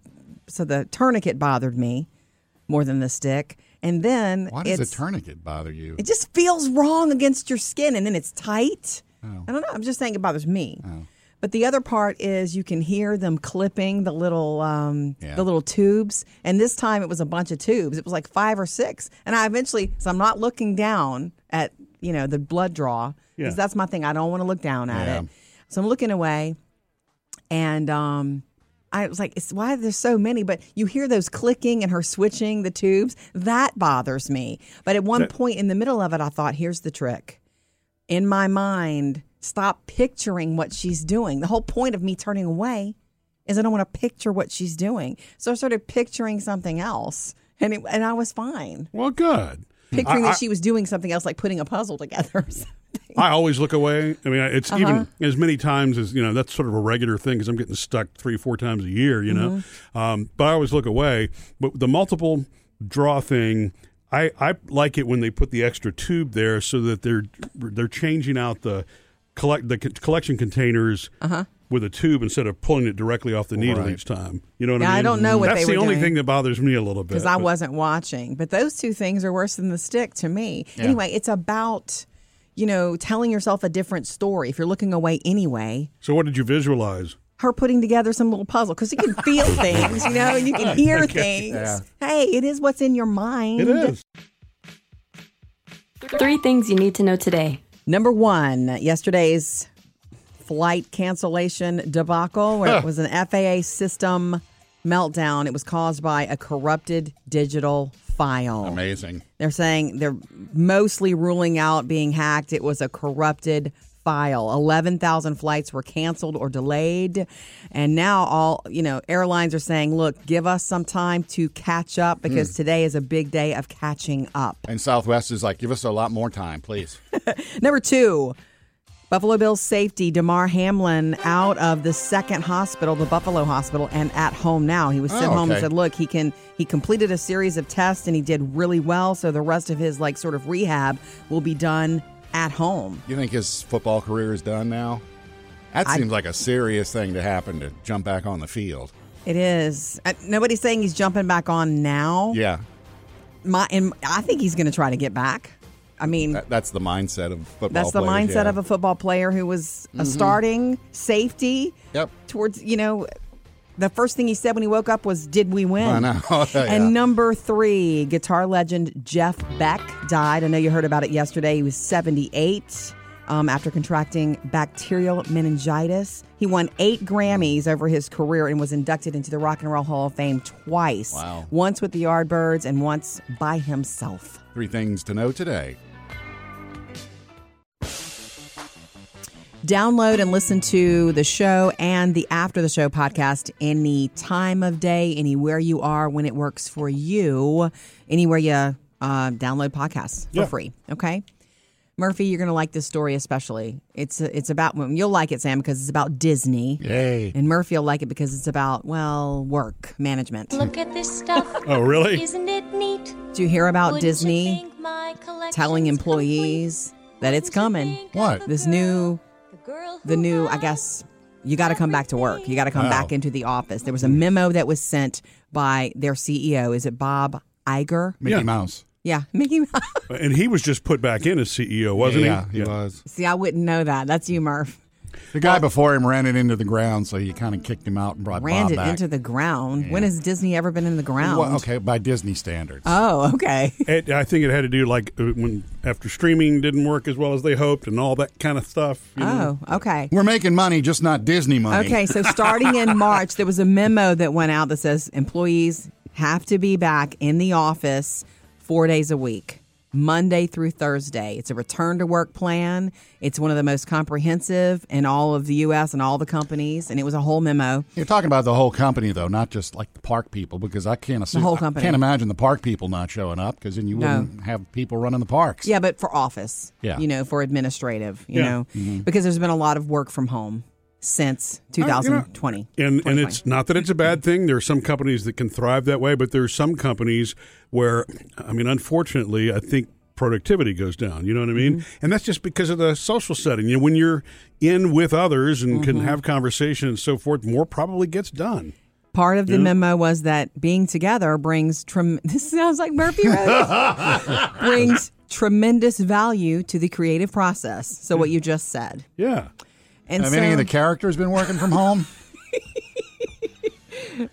[SPEAKER 4] so the tourniquet bothered me more than the stick. And then
[SPEAKER 3] Why does
[SPEAKER 4] it's,
[SPEAKER 3] a tourniquet bother you?
[SPEAKER 4] it
[SPEAKER 3] Oh.
[SPEAKER 4] just feels wrong against your skin, and then it's tight. I don't know. I'm just saying it bothers me. But the other part is you can hear them clipping the little um, the little tubes, and this time it was a bunch of tubes. It was like five or six, and I eventually, so I'm not looking down at you know the blood draw
[SPEAKER 12] Yeah.
[SPEAKER 4] because that's my thing. I don't want to look down at
[SPEAKER 12] Yeah.
[SPEAKER 4] it, so I'm looking away, and um, I was like, it's why there's so many, but you hear those clicking and her switching the tubes. That bothers me. But at one
[SPEAKER 13] That-
[SPEAKER 4] point in the middle of it, I thought, here's the trick. In my mind, stop picturing what she's doing. The whole point of me turning away is I don't want to picture what she's doing. So I started picturing something else, and it, and I was fine.
[SPEAKER 2] Well, good.
[SPEAKER 4] Picturing
[SPEAKER 2] I-
[SPEAKER 4] that
[SPEAKER 2] I-
[SPEAKER 4] she was doing something else, like putting a puzzle together.
[SPEAKER 2] I always look away. I mean, it's
[SPEAKER 4] Uh-huh.
[SPEAKER 2] even as many times as you know. That's sort of a regular thing because I'm getting stuck three, four times a year. You know,
[SPEAKER 4] Mm-hmm.
[SPEAKER 2] um, but I always look away. But the multiple draw thing, I, I like it when they put the extra tube there so that they're they're changing out the collect the c- collection containers.
[SPEAKER 4] Uh-huh.
[SPEAKER 2] With a tube instead of pulling it directly off the needle
[SPEAKER 4] Right.
[SPEAKER 2] each time, you know what
[SPEAKER 4] Yeah,
[SPEAKER 2] I
[SPEAKER 4] I
[SPEAKER 2] mean.
[SPEAKER 4] don't know what
[SPEAKER 2] That's
[SPEAKER 4] they
[SPEAKER 2] the
[SPEAKER 4] were
[SPEAKER 2] only
[SPEAKER 4] doing.
[SPEAKER 2] thing that bothers me a little bit.
[SPEAKER 4] because I
[SPEAKER 2] but-
[SPEAKER 4] wasn't watching. But those two things are worse than the stick to me.
[SPEAKER 2] Yeah.
[SPEAKER 4] Anyway, it's about you know telling yourself a different story if you're looking away anyway.
[SPEAKER 2] So, what did you visualize?
[SPEAKER 4] Her putting together some little puzzle because you can feel things, you know, and you can hear
[SPEAKER 2] Okay.
[SPEAKER 4] things.
[SPEAKER 2] Yeah.
[SPEAKER 4] Hey, it is what's in your mind.
[SPEAKER 1] It is. Three things you need to know today.
[SPEAKER 4] Number one, yesterday's flight cancellation debacle, where it was an FAA system meltdown. It was caused by a corrupted digital file.
[SPEAKER 3] Amazing.
[SPEAKER 4] They're saying they're mostly ruling out being hacked. It was a corrupted file. 11,000 flights were canceled or delayed. And now all, you know, airlines are saying, look, give us some time to catch up because
[SPEAKER 3] Hmm.
[SPEAKER 4] today is a big day of catching up.
[SPEAKER 3] And Southwest is like, give us a lot more time, please.
[SPEAKER 4] Number two, Buffalo Bills safety DeMar Hamlin out of the second hospital, the Buffalo Hospital, and at home now. He was sent
[SPEAKER 12] Oh,
[SPEAKER 4] home and
[SPEAKER 12] okay.
[SPEAKER 4] said, "Look, he can. He completed a series of tests and he did really well. So the rest of his like sort of rehab will be done at home."
[SPEAKER 3] You think his football career is done now? That
[SPEAKER 4] I-
[SPEAKER 3] seems like a serious thing to happen to jump back on the field.
[SPEAKER 4] It is. Uh, Nobody's saying he's jumping back on now.
[SPEAKER 3] Yeah,
[SPEAKER 4] My and I think he's going to try to get back. I
[SPEAKER 12] Uh,
[SPEAKER 4] mean,
[SPEAKER 3] that, that's the mindset of football.
[SPEAKER 4] That's the
[SPEAKER 3] players,
[SPEAKER 4] mindset
[SPEAKER 3] yeah.
[SPEAKER 4] of a football player who was a
[SPEAKER 3] Mhm.
[SPEAKER 4] starting safety.
[SPEAKER 3] Yep.
[SPEAKER 4] Towards you know, the first thing he said when he woke up was, "Did we win?"
[SPEAKER 3] I know. Oh, Yeah.
[SPEAKER 4] And number three, guitar legend Jeff Beck died. I know you heard about it yesterday. He was 78 um, after contracting bacterial meningitis. He won eight Grammys over his career and was inducted into the Rock and Roll Hall of Fame twice.
[SPEAKER 3] Wow.
[SPEAKER 4] Once with the Yardbirds and once by himself.
[SPEAKER 3] Three things to know today.
[SPEAKER 4] Download and listen to the show and the After the Show podcast any time of day, anywhere you are, when it works for you, anywhere you uh, download podcasts for
[SPEAKER 12] Yeah.
[SPEAKER 4] free. Okay. Murphy, you're going to like this story especially. It's it's about you'll like it, Sam, because it's about Disney.
[SPEAKER 3] Yay!
[SPEAKER 4] And Murphy will like it because it's about well work management.
[SPEAKER 14] Look at this stuff.
[SPEAKER 4] Oh, really?
[SPEAKER 14] Isn't it neat?
[SPEAKER 4] Do you hear about
[SPEAKER 14] Wouldn't you
[SPEAKER 4] Disney
[SPEAKER 14] think my collection's
[SPEAKER 4] telling employees that it's coming? What this new, the new? I guess you got to come back to work. You got to come
[SPEAKER 12] Wow.
[SPEAKER 4] back
[SPEAKER 3] Oh.
[SPEAKER 4] into the office. There
[SPEAKER 3] Mm-hmm.
[SPEAKER 4] was a memo that was sent by their CEO. Is it Bob Iger?
[SPEAKER 2] Mickey Mouse.
[SPEAKER 4] Yeah, Mickey Mouse.
[SPEAKER 2] And he was just put back in as CEO, wasn't
[SPEAKER 3] Yeah,
[SPEAKER 2] he?
[SPEAKER 3] he was.
[SPEAKER 4] See, I wouldn't know that. That's you, Murph.
[SPEAKER 3] The guy before him ran it into the ground, so you kind of kicked him out and brought
[SPEAKER 4] Ran
[SPEAKER 3] Bob
[SPEAKER 4] it
[SPEAKER 3] back.
[SPEAKER 4] into the ground. When has Disney ever been in the ground?
[SPEAKER 3] Well, okay, by Disney standards.
[SPEAKER 4] Oh, okay.
[SPEAKER 2] It, I think it had to do like uh, when after streaming didn't work as well as they hoped and all that kind of stuff. you know.
[SPEAKER 4] Oh, okay.
[SPEAKER 3] We're making money, just not Disney money.
[SPEAKER 4] Okay, so starting in March, there was a memo that went out that says employees have to be back in the office four days a week, Monday through Thursday. It's a return to work plan. It's one of the most comprehensive in all of the U.S. and all the companies, and it was a whole memo.
[SPEAKER 3] You're talking about the whole company, though, not just like the park people, because I can't assume.
[SPEAKER 4] whole
[SPEAKER 3] I
[SPEAKER 4] company.
[SPEAKER 3] can't imagine the park people not showing up, because then you
[SPEAKER 4] No.
[SPEAKER 3] wouldn't have people running the parks.
[SPEAKER 4] Yeah, but for office,
[SPEAKER 3] Yeah.
[SPEAKER 4] you know, for administrative, you
[SPEAKER 3] Yeah.
[SPEAKER 4] know,
[SPEAKER 3] Mhm.
[SPEAKER 4] because there's been a lot of work from home since
[SPEAKER 2] you know,
[SPEAKER 4] 2020.
[SPEAKER 2] And and it's not that it's a bad thing. There are some companies that can thrive that way, but there are some companies where, I mean, unfortunately, I think productivity goes down. You know what I mean? And that's just because of the social setting. You know, when you're in with others and can have conversation and so forth, more probably gets done.
[SPEAKER 4] Part of the
[SPEAKER 2] Yeah.
[SPEAKER 4] memo was that being together brings trem- this sounds like Murphy Rose brings tremendous value to the creative process. So what you just said.
[SPEAKER 2] Yeah.
[SPEAKER 4] And
[SPEAKER 3] Have
[SPEAKER 4] so,
[SPEAKER 3] any of the characters been working from home?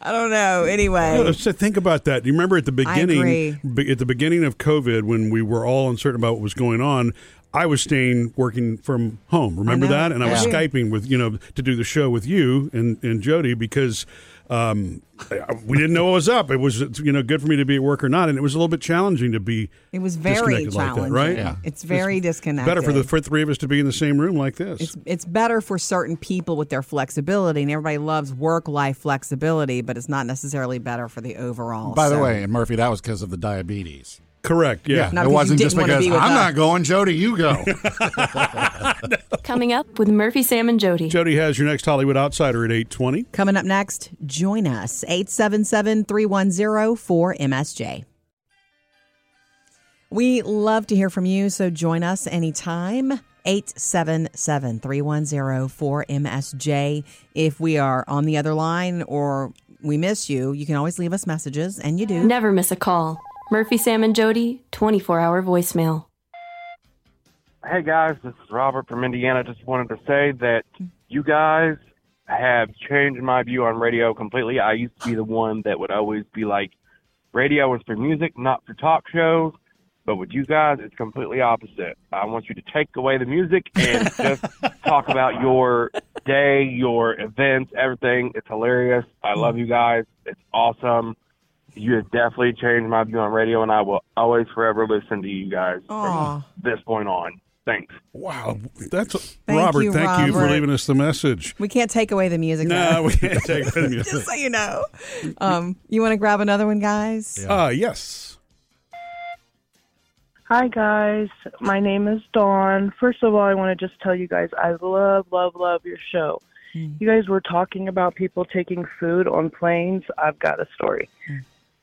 [SPEAKER 4] I don't know. Anyway,
[SPEAKER 2] So think about that. You remember at the
[SPEAKER 4] I agree.
[SPEAKER 2] beginning, be- at the beginning of COVID, when we were all uncertain about what was going on, I was staying working from home. Remember
[SPEAKER 12] know.
[SPEAKER 2] that? And I was
[SPEAKER 12] Yeah.
[SPEAKER 2] skyping with you know to do the show with you and and Jody because. Um, I- we didn't know what was up. It was, you know, good for me to be at work or not, and it was a little bit challenging to be.
[SPEAKER 4] it was very
[SPEAKER 2] disconnected
[SPEAKER 4] challenging.
[SPEAKER 2] like that, right?
[SPEAKER 4] It's very disconnected.
[SPEAKER 2] Better for the for three of us to be in the same room like this.
[SPEAKER 4] it's it's better for certain people with their flexibility, and everybody loves work life flexibility, but it's not necessarily better for the overall.
[SPEAKER 3] By the
[SPEAKER 4] So-
[SPEAKER 3] way, and Murphy, that was because of the diabetes.
[SPEAKER 2] Correct.
[SPEAKER 3] Yeah,
[SPEAKER 4] Not because
[SPEAKER 3] it
[SPEAKER 4] you
[SPEAKER 3] wasn't just
[SPEAKER 4] didn't wanna
[SPEAKER 3] because
[SPEAKER 4] be with
[SPEAKER 3] I'm
[SPEAKER 4] us.
[SPEAKER 3] not going. Jody, you go.
[SPEAKER 1] Coming up with Murphy, Sam, and Jody.
[SPEAKER 2] Jody has your next Hollywood Outsider at eight twenty.
[SPEAKER 4] Coming up next, join us 877 310 4MSJ. We love to hear from you, so join us anytime. 877 310 4MSJ. If we are on the other line or we miss you, you can always leave us messages, and you do.
[SPEAKER 1] Never miss a call. Murphy, Sam, and Jody, 24 hour voicemail.
[SPEAKER 13] Hey guys, this is Robert from Indiana. Just wanted to say that you guys have changed my view on radio completely. I used to be the one that would always be like, radio was for music, not for talk shows. But with you guys, it's completely opposite. I want you to take away the music and just talk about your day, your events, everything. It's hilarious. I love you guys. It's awesome. You have definitely changed my view on radio, and I will always forever listen to you guys
[SPEAKER 4] Aw.
[SPEAKER 13] from this point on. Thanks.
[SPEAKER 2] Wow, that's
[SPEAKER 4] Thank
[SPEAKER 2] Robert.
[SPEAKER 4] you,
[SPEAKER 2] thank you for
[SPEAKER 4] Robert.
[SPEAKER 2] leaving us the message.
[SPEAKER 4] We can't take away the music.
[SPEAKER 2] No,
[SPEAKER 4] though.
[SPEAKER 2] we can't take away the music.
[SPEAKER 4] Just so you know. Um, you want to grab another one, guys?
[SPEAKER 2] Uh, yes.
[SPEAKER 15] Hi guys, my name is Dawn. First of all, I want to just tell you guys I love, love, love your show. You guys were talking about people taking food on planes. I've got a story.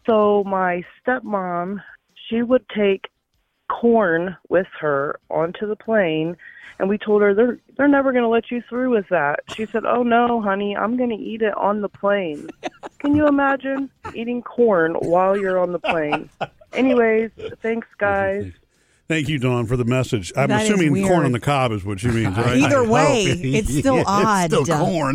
[SPEAKER 15] So my stepmom, she would take corn with her onto the plane, and we told her they're they're never going to let you through with that. She said, "Oh no, honey, I'm going to eat it on the plane." Can you imagine eating corn while you're on the plane? Anyways, thanks guys.
[SPEAKER 2] Thank you, Dawn, for the message. I'm
[SPEAKER 15] That is
[SPEAKER 2] assuming
[SPEAKER 15] weird.
[SPEAKER 2] corn on the cob is what she means, right? Oh,
[SPEAKER 4] Either way, it's still odd.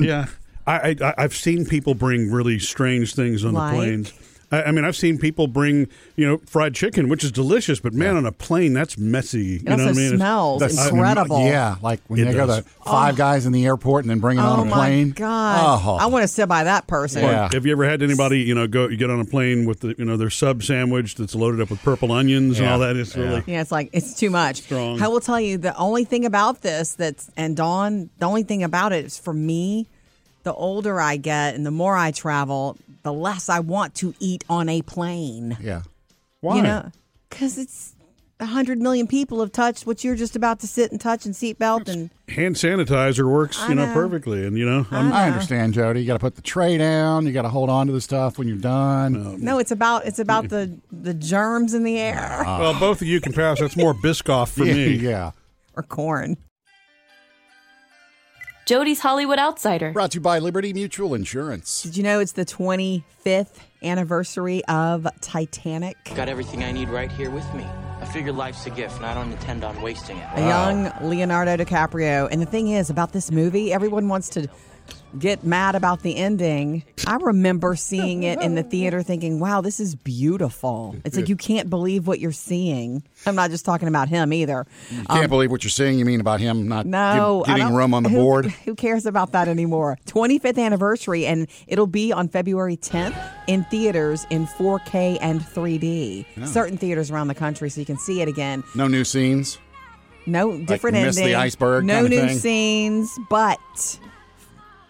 [SPEAKER 2] Yeah, I, I I've seen people bring really strange things on
[SPEAKER 4] Like?
[SPEAKER 2] the planes. I, I mean, I've seen people bring you know fried chicken, which is delicious, but man, on a plane that's messy. you know what I mean? It's-
[SPEAKER 3] The- yeah, like when
[SPEAKER 2] It
[SPEAKER 3] they go
[SPEAKER 2] does.
[SPEAKER 3] to five guys in the airport and then bring it
[SPEAKER 4] Oh
[SPEAKER 3] on a plane.
[SPEAKER 4] my god!
[SPEAKER 3] Oh.
[SPEAKER 4] I want to sit by that person.
[SPEAKER 2] Or Have you ever had anybody, you know, go you get on a plane with the, you know, their sub sandwich that's loaded up with purple onions and
[SPEAKER 3] Yeah.
[SPEAKER 2] all that? It's really
[SPEAKER 4] Yeah, it's like it's too much.
[SPEAKER 2] Strong.
[SPEAKER 4] I will tell you the only thing about this that's and Dawn, the only thing about it is for me, the older I get and the more I travel, the less I want to eat on a plane.
[SPEAKER 3] Yeah.
[SPEAKER 4] You know, because it's a hundred million people have touched what you're just about to sit and touch and seatbelt and
[SPEAKER 2] hand sanitizer works, you know, perfectly, and you know,
[SPEAKER 3] Um, i understand, Jody. You got to put the tray down. You got to hold on to the stuff when you're done.
[SPEAKER 4] no, it's about it's about the the germs in the air
[SPEAKER 2] well, both of you can pass. That's more Biscoff for
[SPEAKER 3] Yeah,
[SPEAKER 2] me.
[SPEAKER 3] yeah.
[SPEAKER 4] or corn.
[SPEAKER 1] Jody's Hollywood Outsider.
[SPEAKER 3] Brought to you by Liberty Mutual Insurance.
[SPEAKER 4] Did you know it's the 25th anniversary of Titanic?
[SPEAKER 16] Got everything I need right here with me. I figure life's a gift, and I don't intend on wasting it.
[SPEAKER 4] A young Leonardo DiCaprio. And the thing is about this movie, everyone wants to get mad about the ending. I remember seeing it in the theater thinking, wow, this is beautiful. It's like you can't believe what you're seeing. I'm not just talking about him either.
[SPEAKER 3] You
[SPEAKER 4] Um,
[SPEAKER 3] can't believe what you're seeing. You mean about him not
[SPEAKER 4] No,
[SPEAKER 3] give-
[SPEAKER 4] I
[SPEAKER 3] getting
[SPEAKER 4] don't-
[SPEAKER 3] room on the
[SPEAKER 4] who-
[SPEAKER 3] board?
[SPEAKER 4] Who cares about that anymore? 25th anniversary, and it'll be on February 10th in theaters in 4K and 3D.
[SPEAKER 3] Yeah.
[SPEAKER 4] Certain theaters around the country, so you can see it again.
[SPEAKER 3] No new scenes.
[SPEAKER 4] No different
[SPEAKER 3] miss the
[SPEAKER 4] ending.
[SPEAKER 3] iceberg
[SPEAKER 4] No
[SPEAKER 3] kind of
[SPEAKER 4] new
[SPEAKER 3] thing?
[SPEAKER 4] scenes, but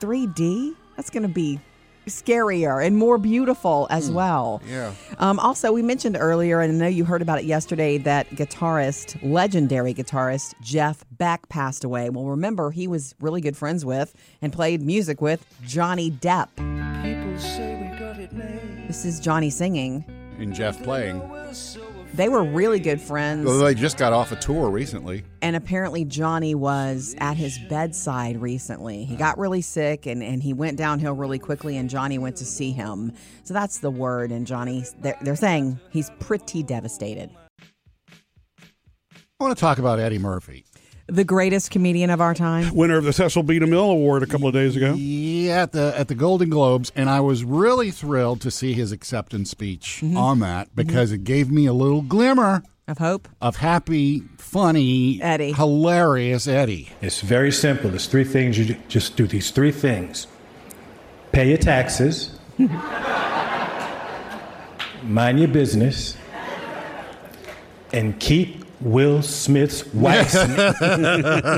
[SPEAKER 4] 3D. That's going to be scarier and more beautiful as well.
[SPEAKER 3] Hmm. Yeah.
[SPEAKER 4] Um, also, we mentioned earlier, and I know you heard about it yesterday, that guitarist, legendary guitarist Jeff Beck passed away. Well, remember, he was really good friends with and played music with Johnny Depp.
[SPEAKER 17] People say we got it made.
[SPEAKER 4] This is Johnny singing.
[SPEAKER 3] And Jeff playing.
[SPEAKER 4] They were really good friends.
[SPEAKER 3] Well, they just got off a tour recently.
[SPEAKER 4] And apparently, Johnny was at his bedside recently. He got really sick and, and he went downhill really quickly, and Johnny went to see him. So that's the word. And Johnny, they're, they're saying he's pretty devastated.
[SPEAKER 3] I want to talk about Eddie Murphy.
[SPEAKER 4] the greatest comedian of our time.
[SPEAKER 2] Winner of the Cecil B. DeMille Award a couple of days ago.
[SPEAKER 3] Yeah, at the at the Golden Globes, and I was really thrilled to see his acceptance speech
[SPEAKER 4] Mm-hmm.
[SPEAKER 3] on that because it gave me a little glimmer
[SPEAKER 4] of hope,
[SPEAKER 3] of happy, funny, Eddie, hilarious Eddie.
[SPEAKER 12] It's very simple. There's three things you ju- just do these three things pay your taxes, mind your business, and keep Will Smith's wife.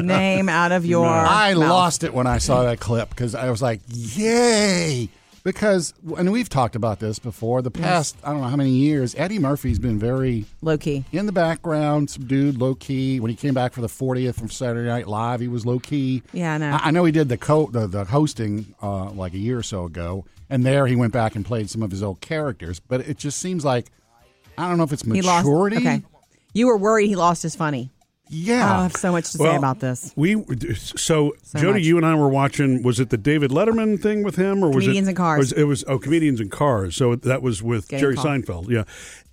[SPEAKER 4] Name out of your.
[SPEAKER 3] I
[SPEAKER 4] mouth.
[SPEAKER 3] lost it when I saw that clip because I was like, yay! Because, and we've talked about this before, the
[SPEAKER 4] Yes.
[SPEAKER 3] past, I don't know how many years, Eddie Murphy's been very
[SPEAKER 4] low key.
[SPEAKER 3] In the background, subdued, low key. When he came back for the 40th from Saturday Night Live, he was low key.
[SPEAKER 4] Yeah, I know.
[SPEAKER 3] I, I know he did the, co- the, the hosting uh, like a year or so ago, and there he went back and played some of his old characters, but it just seems like, I don't know if it's
[SPEAKER 4] He lost.
[SPEAKER 3] maturity.
[SPEAKER 4] Okay. You were worried he lost his funny.
[SPEAKER 3] Yeah.
[SPEAKER 4] I have so much to say about this.
[SPEAKER 2] We so,
[SPEAKER 4] So
[SPEAKER 2] Jody,
[SPEAKER 4] much.
[SPEAKER 2] you and I were watching. Was it the David Letterman thing with him, or was
[SPEAKER 4] Comedians
[SPEAKER 2] it
[SPEAKER 4] in Cars.
[SPEAKER 2] Was, it was oh, comedians and cars. So that was with
[SPEAKER 4] Getting
[SPEAKER 2] Jerry
[SPEAKER 4] caught.
[SPEAKER 2] Seinfeld. Yeah,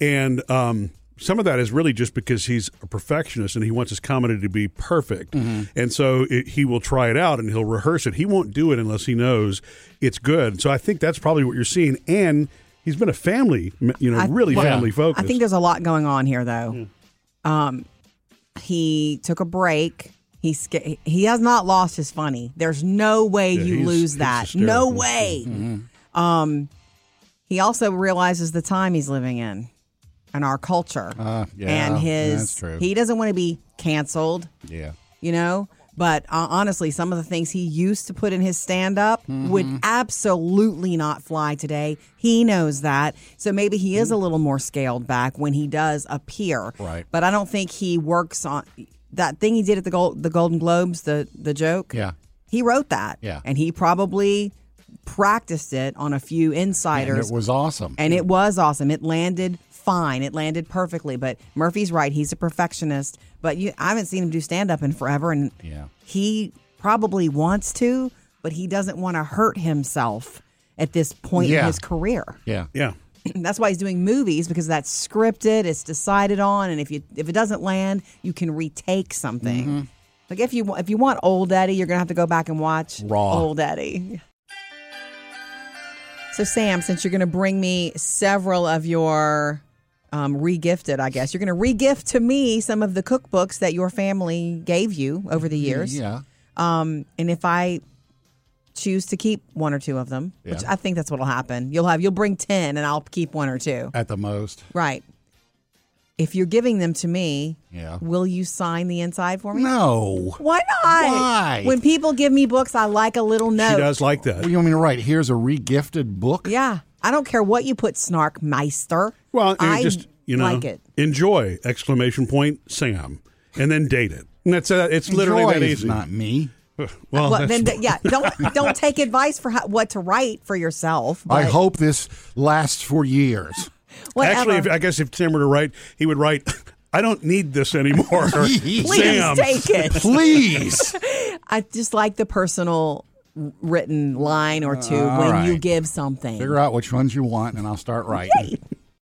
[SPEAKER 2] and um, some of that is really just because he's a perfectionist and he wants his comedy to be perfect,
[SPEAKER 4] Mm-hmm.
[SPEAKER 2] and so it, he will try it out and he'll rehearse it. He won't do it unless he knows it's good. So I think that's probably what you're seeing, and. He's been a family, you know,
[SPEAKER 4] I-
[SPEAKER 2] really
[SPEAKER 4] well,
[SPEAKER 2] family focused.
[SPEAKER 4] I think there's a lot going on here, though. Um, he took a break. He sca- he has not lost his funny. There's no way
[SPEAKER 18] Yeah,
[SPEAKER 4] you
[SPEAKER 18] he's-
[SPEAKER 4] lose
[SPEAKER 18] he's
[SPEAKER 4] that. No
[SPEAKER 18] hysterical.
[SPEAKER 4] way.
[SPEAKER 18] Mhm.
[SPEAKER 4] Um, he also realizes the time he's living in and our culture
[SPEAKER 3] Uh, yeah,
[SPEAKER 4] and his.
[SPEAKER 3] that's true.
[SPEAKER 4] He doesn't want to be canceled.
[SPEAKER 3] Yeah.
[SPEAKER 4] you know. But uh, honestly, some of the things he used to put in his stand up
[SPEAKER 3] Mm-hmm.
[SPEAKER 4] would absolutely not fly today. He knows that. So maybe he is a little more scaled back when he does appear.
[SPEAKER 3] Mm. Right.
[SPEAKER 4] But I don't think he works on that thing he did at the Gold, the Golden Globes, the the joke.
[SPEAKER 3] Yeah.
[SPEAKER 4] He wrote that.
[SPEAKER 3] Yeah.
[SPEAKER 4] And he probably practiced it on a few
[SPEAKER 3] And
[SPEAKER 4] insiders.
[SPEAKER 3] it was awesome.
[SPEAKER 4] And it was awesome. It landed fine. It landed perfectly. But Murphy's right. He's a perfectionist. But you, I haven't seen him do stand up in forever, and
[SPEAKER 3] Yeah.
[SPEAKER 4] he probably wants to, but he doesn't want to hurt himself at this point in
[SPEAKER 3] Yeah.
[SPEAKER 4] his career.
[SPEAKER 3] Yeah.
[SPEAKER 2] Yeah.
[SPEAKER 4] That's why he's doing movies because that's scripted. It's decided on, and if you if it doesn't land, you can retake something.
[SPEAKER 3] Mm-hmm.
[SPEAKER 4] Like if you wa- if you want old Eddie, you're gonna have to go back and watch
[SPEAKER 3] Raw.
[SPEAKER 4] old Eddie. So Sam, since you're gonna bring me several of your um, regifted, I guess you're gonna regift to me some of the cookbooks that your family gave you over the years.
[SPEAKER 3] Mm-hmm, Yeah.
[SPEAKER 4] Um, and if I choose to keep one or two of them, which
[SPEAKER 3] Yeah.
[SPEAKER 4] I think that's what'll happen, you'll have you'll bring ten, and I'll keep one or two.
[SPEAKER 3] At the most.
[SPEAKER 4] Right. If you're giving them to me,
[SPEAKER 3] Yeah.
[SPEAKER 4] will you sign the inside for me?
[SPEAKER 3] No.
[SPEAKER 4] Why not?
[SPEAKER 3] Why?
[SPEAKER 4] When people give me books, I like a little note.
[SPEAKER 2] like that.
[SPEAKER 3] What do you want me to write? Here's a regifted book.
[SPEAKER 4] Yeah. I don't care what you put, Snark Meister.
[SPEAKER 2] Well, and
[SPEAKER 4] I
[SPEAKER 2] just you know,
[SPEAKER 4] like it.
[SPEAKER 2] enjoy exclamation point Sam, and then date it. And that's uh, it's literally
[SPEAKER 3] Enjoy
[SPEAKER 2] that
[SPEAKER 3] is
[SPEAKER 2] easy.
[SPEAKER 3] not me.
[SPEAKER 2] Well,
[SPEAKER 4] Well,
[SPEAKER 2] Oh, that's-
[SPEAKER 4] then, yeah, don't don't take advice for how, what to write for yourself.
[SPEAKER 3] I
[SPEAKER 4] but
[SPEAKER 3] hope this lasts for years.
[SPEAKER 4] whatever.
[SPEAKER 2] actually, if, uh, I guess if Sam were to write, he would write, "I don't need this anymore."
[SPEAKER 3] Please
[SPEAKER 2] Sam,
[SPEAKER 4] take it.
[SPEAKER 3] Please.
[SPEAKER 4] I just like the personal written line or two
[SPEAKER 3] All
[SPEAKER 4] when you
[SPEAKER 3] right.
[SPEAKER 2] Uh,
[SPEAKER 4] give something.
[SPEAKER 3] Figure out which ones you want, and I'll start writing.